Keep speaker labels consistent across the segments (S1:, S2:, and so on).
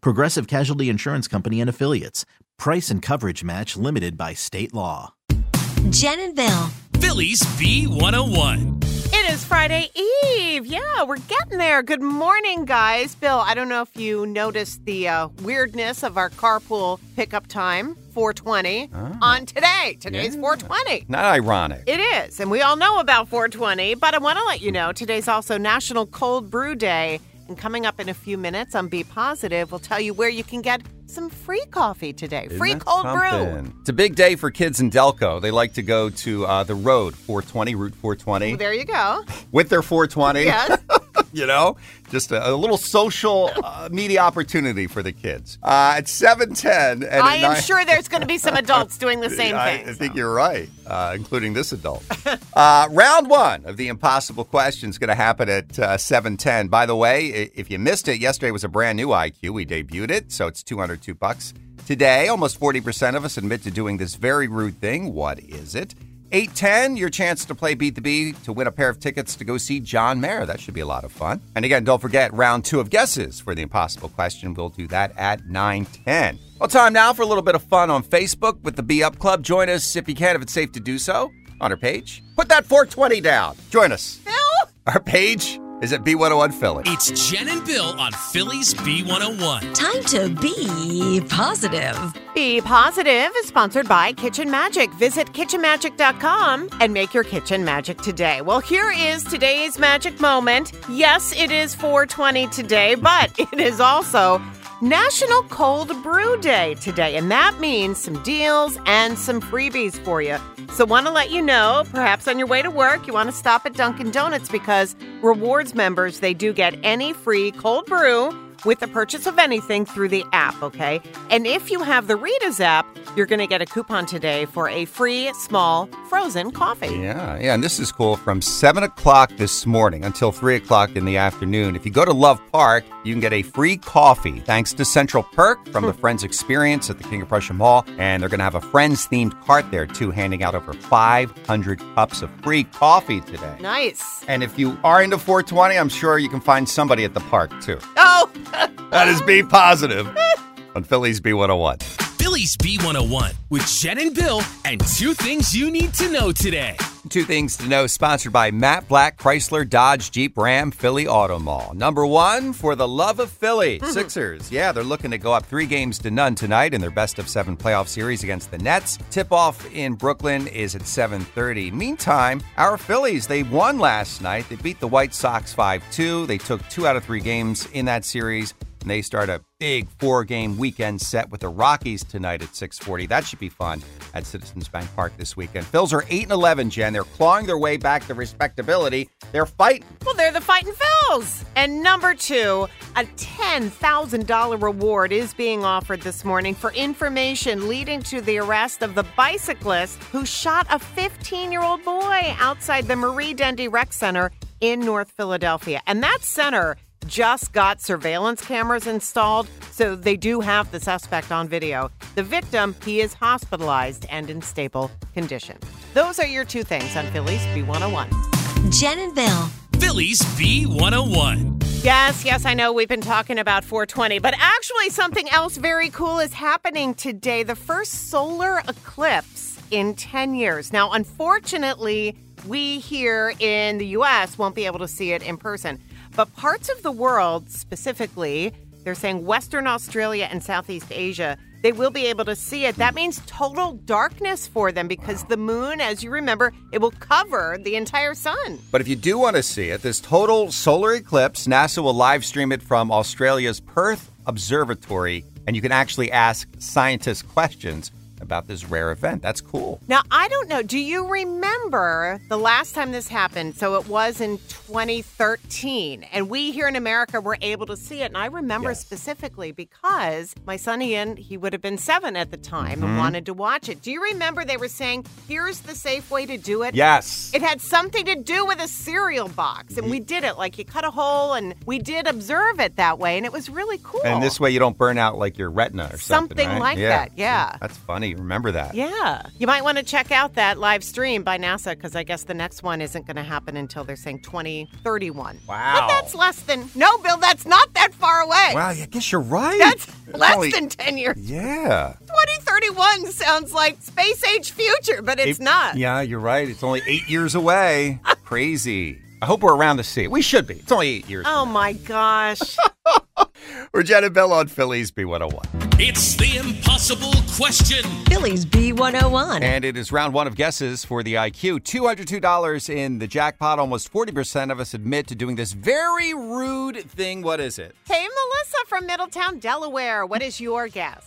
S1: Progressive Casualty Insurance Company and Affiliates. Price and coverage match limited by state law.
S2: Jen and Bill.
S3: Phillies B101.
S4: It is Friday Eve. Yeah, we're getting there. Good morning, guys. Bill, I don't know if you noticed the uh, weirdness of our carpool pickup time, 420, on today. Today's 420.
S5: Ah. Not ironic.
S4: It is, and we all know about 420, but I want to let you know today's also National Cold Brew Day. And coming up in a few minutes on Be Positive, we'll tell you where you can get some free coffee today. free
S5: Isn't that
S4: cold brew.
S5: something? It's a big day for kids in Delco. They like to go to uh, the road 420, Route 420,
S4: There you go.
S5: with their 420.
S4: Yes.
S5: you know, just a, a little social uh, media opportunity for the kids. Uh, at 710 and at
S4: I am
S5: 9
S4: sure there's going to be some adults doing the same
S5: I,
S4: thing.
S5: I think you're right, uh, including this adult. uh, round one of the impossible question is going to happen at uh, 7:10. By the way, i- if you missed it, yesterday was a brand new IQ. We debuted it, so it's 202 bucks. Today, almost 40% of us admit to doing this very rude thing. What is it? 810, your chance to play Beat the Bee to win a pair of tickets to go see John Mayer. That should be a lot of fun. And again, don't forget round two of guesses for the impossible question. We'll do that at 910. Well, time now for a little bit of fun on Facebook with the Be Up Club. Join us if you can, if it's safe to do so, on our page. Put that 420 down. Join us. Our page is at B101 Philly.
S3: It's Jen and Bill on Phillies B101.
S2: Time to be positive.
S4: Be Positive is sponsored by Kitchen Magic. Visit kitchenmagic.com and make your kitchen magic today. Well, here is today's magic moment. Yes, it is 420 today, but it is also National Cold Brew Day today, and that means some deals and some freebies for you. So, want to let you know, perhaps on your way to work, you want to stop at Dunkin' Donuts because rewards members, they do get any free cold brew with the purchase of anything through the app, okay? And if you have the Rita's app, you're going to get a coupon today for a free small frozen coffee.
S5: Yeah, yeah, and this is cool. From 7 o'clock this morning until 3 o'clock in the afternoon, if you go to Love Park, you can get a free coffee thanks to Central Perk from the Friends Experience at the King of Prussia Mall. And they're going to have a Friends themed cart there, too, handing out over 500 cups of free coffee today.
S4: Nice.
S5: And if you are into 420, I'm sure you can find somebody at the park, too.
S4: Oh,
S5: That is Be Positive on Phillies B101.
S3: Phillies B101 with Jen and Bill and two things you need to know today.
S5: Two things to know, sponsored by Matt Black, Chrysler, Dodge, Jeep, Ram, Philly Auto Mall. Number one, for the love of Philly, Sixers. Yeah, they're looking to go up three games to none tonight in their best of seven playoff series against the Nets. Tip-off in Brooklyn is at 7.30. Meantime, our Phillies, they won last night. They beat the White Sox 5-2. They took two out of three games in that series. And they start a big four-game weekend set with the Rockies tonight at 6:40. That should be fun at Citizens Bank Park this weekend. Phils are 8 and 11, Jen. They're clawing their way back to respectability. They're fighting.
S4: well, they're the fighting Phils. And number two, a $10,000 reward is being offered this morning for information leading to the arrest of the bicyclist who shot a 15 year old boy outside the Marie Dendy Rec Center in North Philadelphia. And that center just got surveillance cameras installed, so they do have the suspect on video. The victim, he is hospitalized and in stable condition. Those are your two things on Phillies B101.
S2: Jen and Bill.
S3: Phillies B101.
S4: Yes, yes, I know we've been talking about 420, but actually, something else very cool is happening today the first solar eclipse in 10 years. Now, unfortunately, we here in the US won't be able to see it in person, but parts of the world, specifically, they're saying Western Australia and Southeast Asia, they will be able to see it. That means total darkness for them because the moon, as you remember, it will cover the entire sun.
S5: But if you do want to see it, this total solar eclipse, NASA will live stream it from Australia's Perth Observatory, and you can actually ask scientists questions about this rare event. That's cool.
S4: Now, I don't know. Do you remember the last time this happened? So it was in 2013. And we here in America were able to see it. And I remember specifically because my son Ian, he would have been seven at the time
S5: Mm-hmm.
S4: and wanted to watch it. Do you remember they were saying, here's the safe way to do it?
S5: Yes.
S4: It had something to do with a cereal box. And we did it. Like you cut a hole and we did observe it that way. And it was really cool.
S5: And this way you don't burn out like your retina or something.
S4: Something
S5: right?
S4: like that, yeah.
S5: That's funny. Remember that.
S4: Yeah. You might want to check out that live stream by NASA because I guess the next one isn't going to happen until they're saying 2031.
S5: Wow.
S4: But that's less than, no, Bill, that's not that far away.
S5: Wow, I guess you're right.
S4: That's
S5: It's
S4: less
S5: only-
S4: than 10 years.
S5: Yeah.
S4: 2031 sounds like space age future, but it's
S5: It-
S4: not.
S5: Yeah, you're right. It's only eight years away. Crazy. I hope we're around to see it. We should be. It's only eight years.
S4: Oh my gosh.
S5: We're Janet Bell on Phillies B101.
S3: It's the impossible question.
S2: Phillies B101.
S5: And it is round one of guesses for the IQ. $202 in the jackpot. Almost 40% of us admit to doing this very rude thing. What is it?
S4: hey, Melissa from Middletown, Delaware, what is your guess?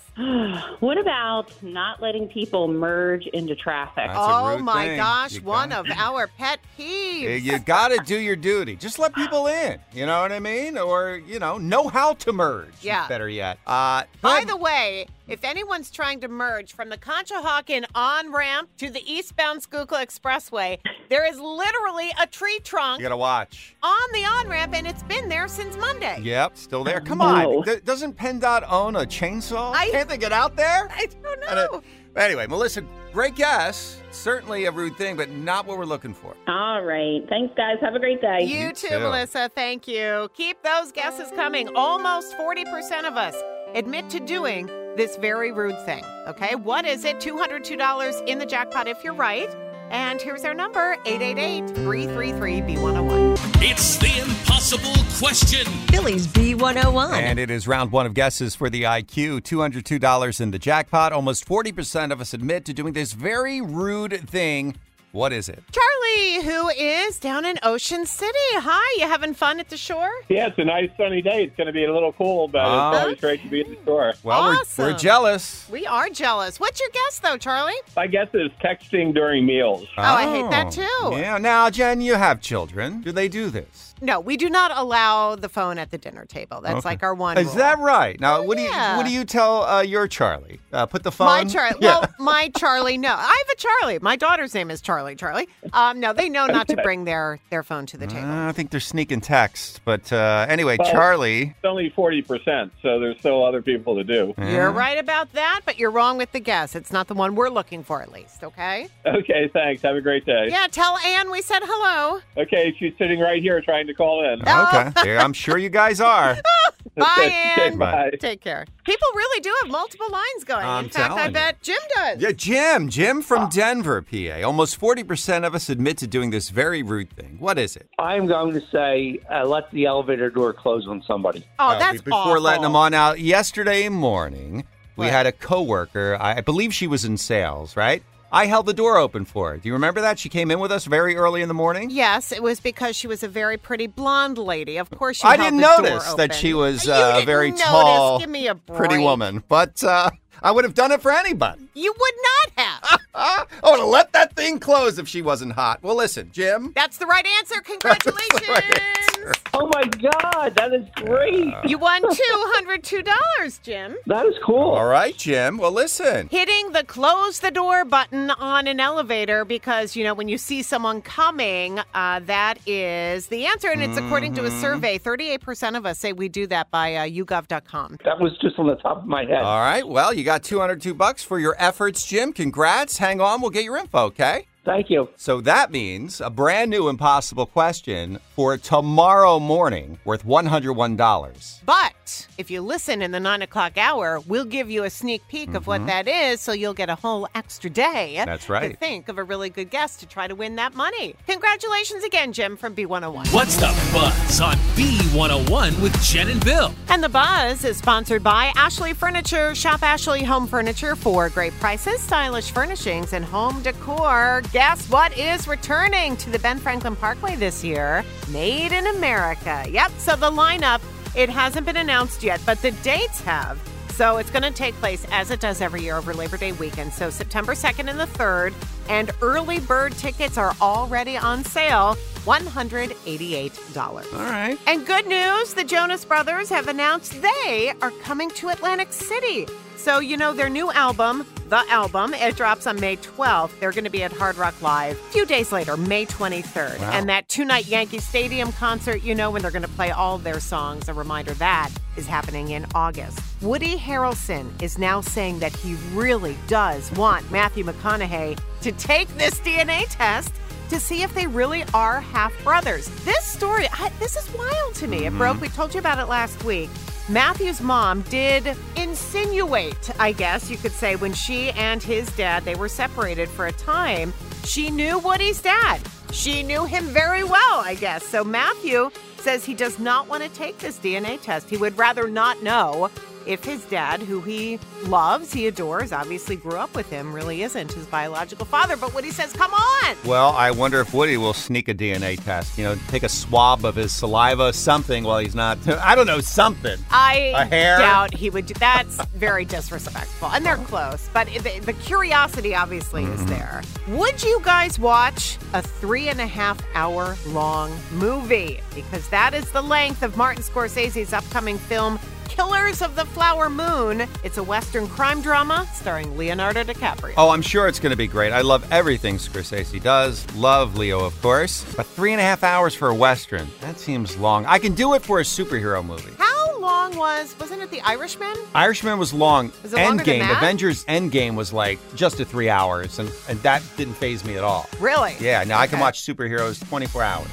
S6: What about not letting people merge into traffic?
S5: That's a
S4: oh
S5: rude
S4: my
S5: thing.
S4: gosh,
S5: You
S4: one
S5: got
S4: of our pet peeves.
S5: You- You got to do your duty. Just let people in. You know what I mean? Or, you know, know how to merge.
S4: Yeah.
S5: Better yet. Uh,
S4: By the way, if anyone's trying to merge from the Conshohocken on ramp to the eastbound Schuylkill Expressway, there is literally a tree trunk
S5: you got to watch.
S4: on the on ramp, and it's been there since Monday.
S5: Yep, still there. Come
S6: No.
S5: on. Th- doesn't PennDOT own a chainsaw?
S4: I-
S5: Can't they get out there?
S4: I don't
S5: And it-
S4: know.
S5: anyway, Melissa, great guess. Certainly a rude thing, but not what we're looking for.
S6: All right. Thanks, guys. Have a great day.
S4: You
S5: You
S4: too,
S5: too.
S4: Melissa. Thank you. Keep those guesses coming. Almost 40% of us admit to doing this very rude thing. Okay, what is it? $202 in the jackpot if you're right. And here's our number 888 333 B101.
S3: It's the impossible question.
S2: Phillies B101.
S5: And it is round one of guesses for the IQ. $202 in the jackpot. Almost 40% of us admit to doing this very rude thing. What is it?
S4: Charlie, who is down in Ocean City. Hi, you having fun at the shore?
S7: Yeah, it's a nice sunny day. It's going to be a little cool, but
S5: Oh.
S7: it's always great to be at the store.
S5: Well, we're- we're,
S4: Awesome.
S5: jealous.
S4: We are jealous. What's your guess, though, Charlie?
S7: My guess is texting during meals.
S5: Oh,
S4: I hate that too.
S5: Yeah. Now, Jen, you have children. Do they do this?
S4: No, we do not allow the phone at the dinner table. That's like our one.
S5: Is
S4: rule.
S5: that right? Now, what do you
S4: oh, yeah.
S5: what do you tell uh, your Charlie? Uh, put the phone.
S4: My Charlie.
S5: Yeah.
S4: Well, my Charlie. No, I have a Charlie. My daughter's name is Charlie. Charlie. Um, no, they know not to bring their their phone to the table.
S5: Uh, I think they're sneaking texts, but uh, anyway,
S7: Well-
S5: Charlie.
S7: It's only 40%, so there's still other people to do.
S5: uh.
S4: You're right about that, but you're wrong with the guess. It's not the one we're looking for, at least. Okay.
S7: Okay, thanks. Have a great day.
S4: Yeah. Tell Anne we said hello. Oh,
S7: Okay, she's sitting right here trying to call in.
S5: Oh, Okay, Yeah, I'm sure you guys are.
S4: Bye,
S7: Okay,
S4: Anne.
S7: bye.
S4: Take care. People really do have multiple lines going.
S5: I'm
S4: In fact,
S5: telling
S4: I
S5: you.
S4: bet Jim does.
S5: Yeah, Jim, Jim from Denver, PA. Almost 40% of us admit to doing this very rude thing. What is it?
S8: I'm going to say uh, let the elevator door close on somebody.
S4: Oh,
S5: Uh,
S4: that's
S5: before letting them
S4: awful.
S5: on out yesterday morning, we
S4: What?
S5: had a coworker. I I believe she was in sales, right? I held the door open for her. Do you remember that? She came in with us very early in the morning.
S4: Yes, it was because she was a very pretty blonde lady. Of course, she
S5: I
S4: held
S5: didn't
S4: the door
S5: notice that
S4: open.
S5: she was
S4: You
S5: uh,
S4: didn't
S5: very
S4: notice.
S5: tall,
S4: Give me a break.
S5: pretty woman, but uh, I would have done it for anybody.
S4: You would not have.
S5: Ah, I would have let that thing close if she wasn't hot. Well, listen, Jim.
S4: That's the right answer. Congratulations.
S8: Oh my God, that is great.
S4: You won $202, Jim.
S8: That is cool.
S5: All right, Jim. Well, listen.
S4: hitting the close the door button on an elevator because you know when you see someone coming uh, that is the answer and it's according to a
S5: Mm-hmm.
S4: survey 38% of us say we do that by uh, yougov.com
S8: That was just on the top of my head.
S5: Uh-huh. All right. Well, you got 202 bucks for your efforts, Jim. Congrats. Hang on. We'll get your info, okay?
S8: Thank you.
S5: So that means a brand new impossible question for tomorrow morning worth $101.
S4: But if you listen in the nine o'clock hour, we'll give you a sneak peek of what that is, so you'll get a whole extra day.
S5: Mm-hmm. That's
S4: To
S5: right.
S4: think of a really good guest to try to win that money. Congratulations again, Jim from B101.
S3: What's the buzz on B101 with Jen and Bill?
S4: And the buzz is sponsored by Ashley Furniture. Shop Ashley Home Furniture for great prices, stylish furnishings, and home decor. Guess what is returning to the Ben Franklin Parkway this year? Made in America. Yep. So the lineup, it hasn't been announced yet, but the dates have. So it's going to take place as it does every year over Labor Day weekend. So September 2nd and the 3rd. And early bird tickets are already on sale $188.
S5: All right.
S4: And good news the Jonas Brothers have announced they are coming to Atlantic City. So, you know, their new album, The Album, it drops on May 12th. They're going to be at Hard Rock Live a few days later, May 23rd.
S5: Wow.
S4: And that two night Yankee Stadium concert, you know, when they're going to play all their songs, a reminder that is happening in August. Woody Harrelson is now saying that he really does want Matthew McConaughey to take this DNA test to see if they really are half brothers. This story, I, this is wild to me. It broke. We told you about it last week. Matthew's mom did insinuate, I guess you could say, when she and his dad they were separated for a time. She knew Woody's dad. She knew him very well, I guess. So Matthew says he does not want to take this DNA test. He would rather not know if his dad, who he loves, he adores, obviously grew up with him, really isn't his biological father. But Woody says, come on.
S5: Well, I wonder if Woody will sneak a DNA test. You know, take a swab of his saliva, something while he's not. I don't know, something.
S4: I
S5: A hair?
S4: doubt he would do that's very disrespectful. And they're close, but the, the curiosity obviously
S5: Mm-hmm.
S4: is there. Would you guys watch a three and a half hour long movie? Because that is the length of Martin Scorsese's upcoming film. Killers of the Flower Moon. It's a Western crime drama starring Leonardo DiCaprio.
S5: Oh, I'm sure it's going to be great. I love everything Scorsese does. Love Leo, of course. But three and a half hours for a Western, that seems long. I can do it for a superhero movie.
S4: How long was, wasn't it The Irishman?
S5: Irishman was long.
S4: Is it longer than
S5: Endgame,
S4: that?
S5: Avengers Endgame was like just to three hours, and, and that didn't phase me at all.
S4: Really?
S5: Yeah, now I can
S4: Okay.
S5: watch superheroes 24 hours.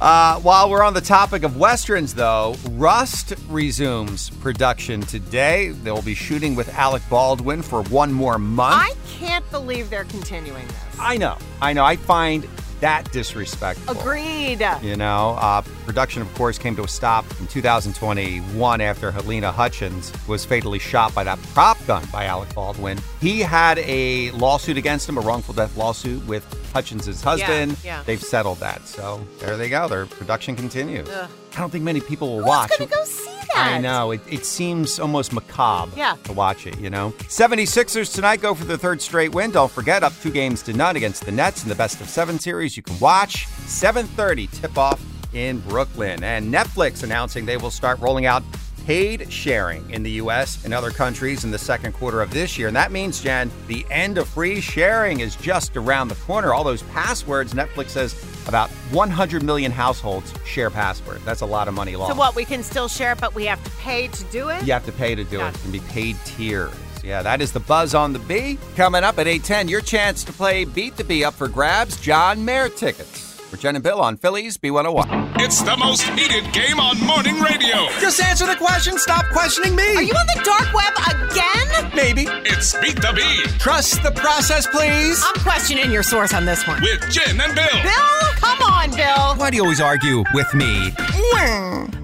S5: Uh, while we're on the topic of westerns, though, Rust resumes production today. They'll be shooting with Alec Baldwin for one more month.
S4: I can't believe they're continuing this.
S5: I know, I know. I find that disrespectful.
S4: Agreed.
S5: You know, uh, production, of course, came to a stop in 2021 after Helena Hutchins was fatally shot by that prop gun by Alec Baldwin. He had a lawsuit against him, a wrongful death lawsuit with Hutchins' husband.
S4: yeah.
S5: They've settled that. So there they go. Their production continues.
S4: Ugh.
S5: I don't think many people will
S4: Who's
S5: watch.
S4: going to go see that?
S5: I know. It, it seems almost macabre
S4: Yeah.
S5: to watch it, you know? 76ers tonight go for the third straight win. Don't forget, up two games to none against the Nets in the best of seven series. You can watch 7.30 tip-off in Brooklyn. And Netflix announcing they will start rolling out paid sharing in the U.S. and other countries in the second quarter of this year. And that means, Jen, the end of free sharing is just around the corner. All those passwords, Netflix says about 100 million households share passwords. That's a lot of money lost.
S4: So what? We can still share it, but we have to pay to do it.
S5: You have to pay to do it.
S4: Gotcha.
S5: It can be paid tiers. Yeah, that is the buzz on the B. Coming up at 810, your chance to play Beat the Bee up for grabs, John Mayer tickets. For Jen and Bill on Phillies B101.
S3: It's the most heated game on morning radio.
S5: Just answer the question. Stop questioning me.
S4: Are you on the dark web again?
S5: Maybe.
S3: It's Beat the Bee
S5: Trust the process, please.
S4: I'm questioning your source on this one.
S3: with Jen and Bill.
S4: Bill, come on, Bill.
S5: Why do you always argue with me?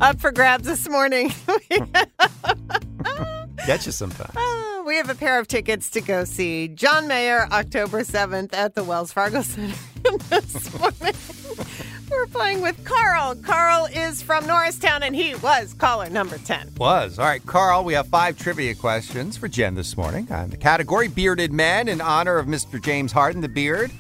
S4: Up for grabs this morning.
S5: Get you sometimes.
S4: we have a pair of tickets to go see John Mayer October 7th at the Wells Fargo Center this morning. We're playing with Carl. Carl is from Norristown and he was caller number 10.
S5: Was. All right, Carl, we have five trivia questions for Jen this morning. On the category Bearded Men in honor of Mr. James Harden, the beard.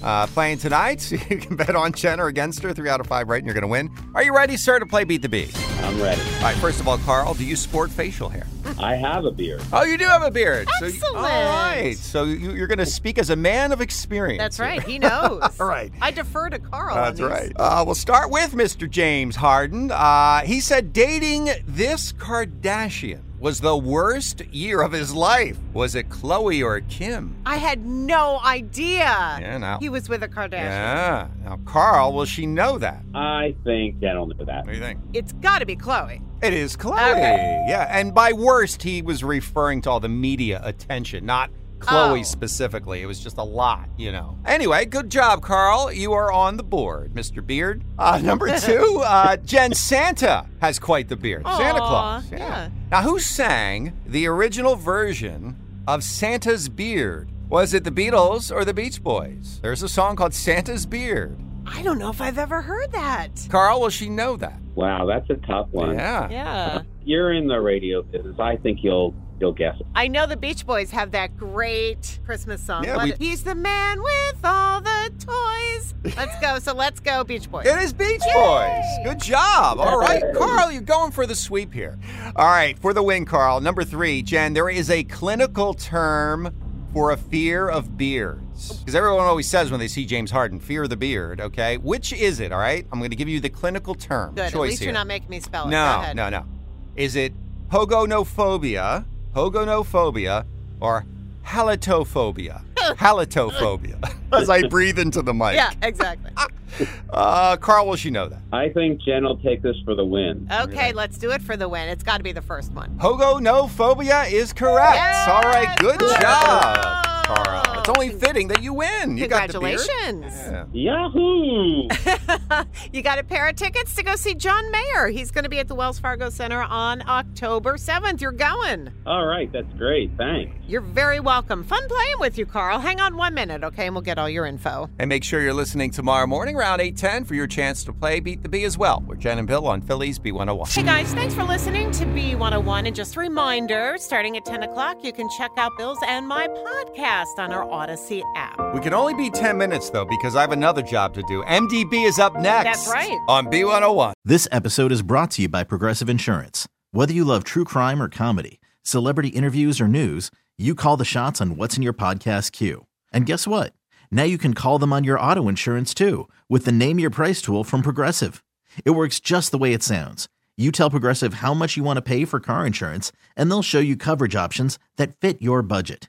S5: Uh, playing tonight, you can bet on Jen or against her. Three out of five, right, and you're going to win. Are you ready, sir, to play Beat the Bee?
S8: I'm ready.
S5: All right, first of all, Carl, do you sport facial hair?
S8: I have a beard.
S5: Oh, you do have a beard. So you-
S4: Excellent.
S5: all right, so you, you're going to speak as a man of experience.
S4: That's
S5: here.
S4: right. He knows.
S5: All right.
S4: I defer to Carl. on
S5: That's
S4: these.
S5: right. Uh, we'll start with Mr. James Harden. Uh, he said dating this Kardashian was the worst year of his life? Was it Chloe or Kim?
S4: I had no idea.
S5: Yeah, now-
S4: He was with a Kardashian.
S5: Yeah. Now, Carl, will she know that?
S8: I think I don't know that.
S5: What do you think?
S4: It's got to be Chloe.
S5: It is Chloe.
S4: Okay.
S5: Yeah. And by worst, he was referring to all the media attention, not Chloe
S4: Oh.
S5: specifically. It was just a lot, you know. Anyway, good job, Carl. You are on the board, Mr. Beard. Uh, number two, uh, Jen Santa has quite the beard. Santa
S4: Aw,
S5: Claus.
S4: yeah.
S5: Now, who sang the original version of Santa's Beard? Was it the Beatles or the Beach Boys? There's a song called Santa's Beard.
S4: I don't know if I've ever heard that.
S5: Carl, will she know that?
S8: Wow, that's a tough one.
S5: Yeah.
S2: Yeah.
S8: You're in the radio business. I think you'll you'll guess it.
S4: I know the Beach Boys have that great Christmas song.
S5: Yeah,
S4: Let
S5: we-
S4: it- He's the man with all the toys. Let's go. So let's go, Beach Boys.
S5: It is Beach Boys. Good job. All right, Carl, you're going for the sweep here. All right, for the win, Carl. Number three, Jen, there is a clinical term for a fear of beards. Because everyone always says when they see James Harden, fear the beard, okay? Which is it, all right? I'm going to give you the clinical term
S4: Good.
S5: choice
S4: At least
S5: here.
S4: you're not making me spell it. Go
S5: no,
S4: ahead.
S5: no, no. Is it pogonophobia, pogonophobia, or halitophobia? halitophobia. As I breathe into the mic.
S4: Yeah, exactly.
S5: Uh, Carl, will she know that?
S8: I think Jen will take this for the win.
S4: Okay, let's do it for the win. It's got to be the first one.
S5: Pogonophobia is correct.
S4: Yes!
S5: All right, good
S4: Wow.
S5: job, Carl. It's only fitting that you win. You got the beard.
S4: Congratulations.
S5: Yeah.
S8: Yahoo!
S4: You got a pair of tickets to go see John Mayer. He's going to be at the Wells Fargo Center on October 7th. You're going.
S8: All right, that's great. Thanks.
S4: You're very welcome. Fun playing with you, Carl. Hang on one minute, okay? And we'll get all your info.
S5: And make sure you're listening tomorrow morning around 8:10 for your chance to play Beat the Bee as well. We're Jen and Bill on Phillies B101.
S4: Hey guys, thanks for listening to B101. And just a reminder starting at 10 o'clock, you can check out Bill's and my podcast on our Odyssey app.
S5: We can only be 10 minutes though because I have another job to do. MDB is up next.
S4: That's right.
S5: On B101.
S1: This episode is brought to you by Progressive Insurance. Whether you love true crime or comedy, celebrity interviews or news, you call the shots on what's in your podcast queue. And guess what? Now you can call them on your auto insurance too with the Name Your Price tool from Progressive. It works just the way it sounds. You tell Progressive how much you want to pay for car insurance, and they'll show you coverage options that fit your budget.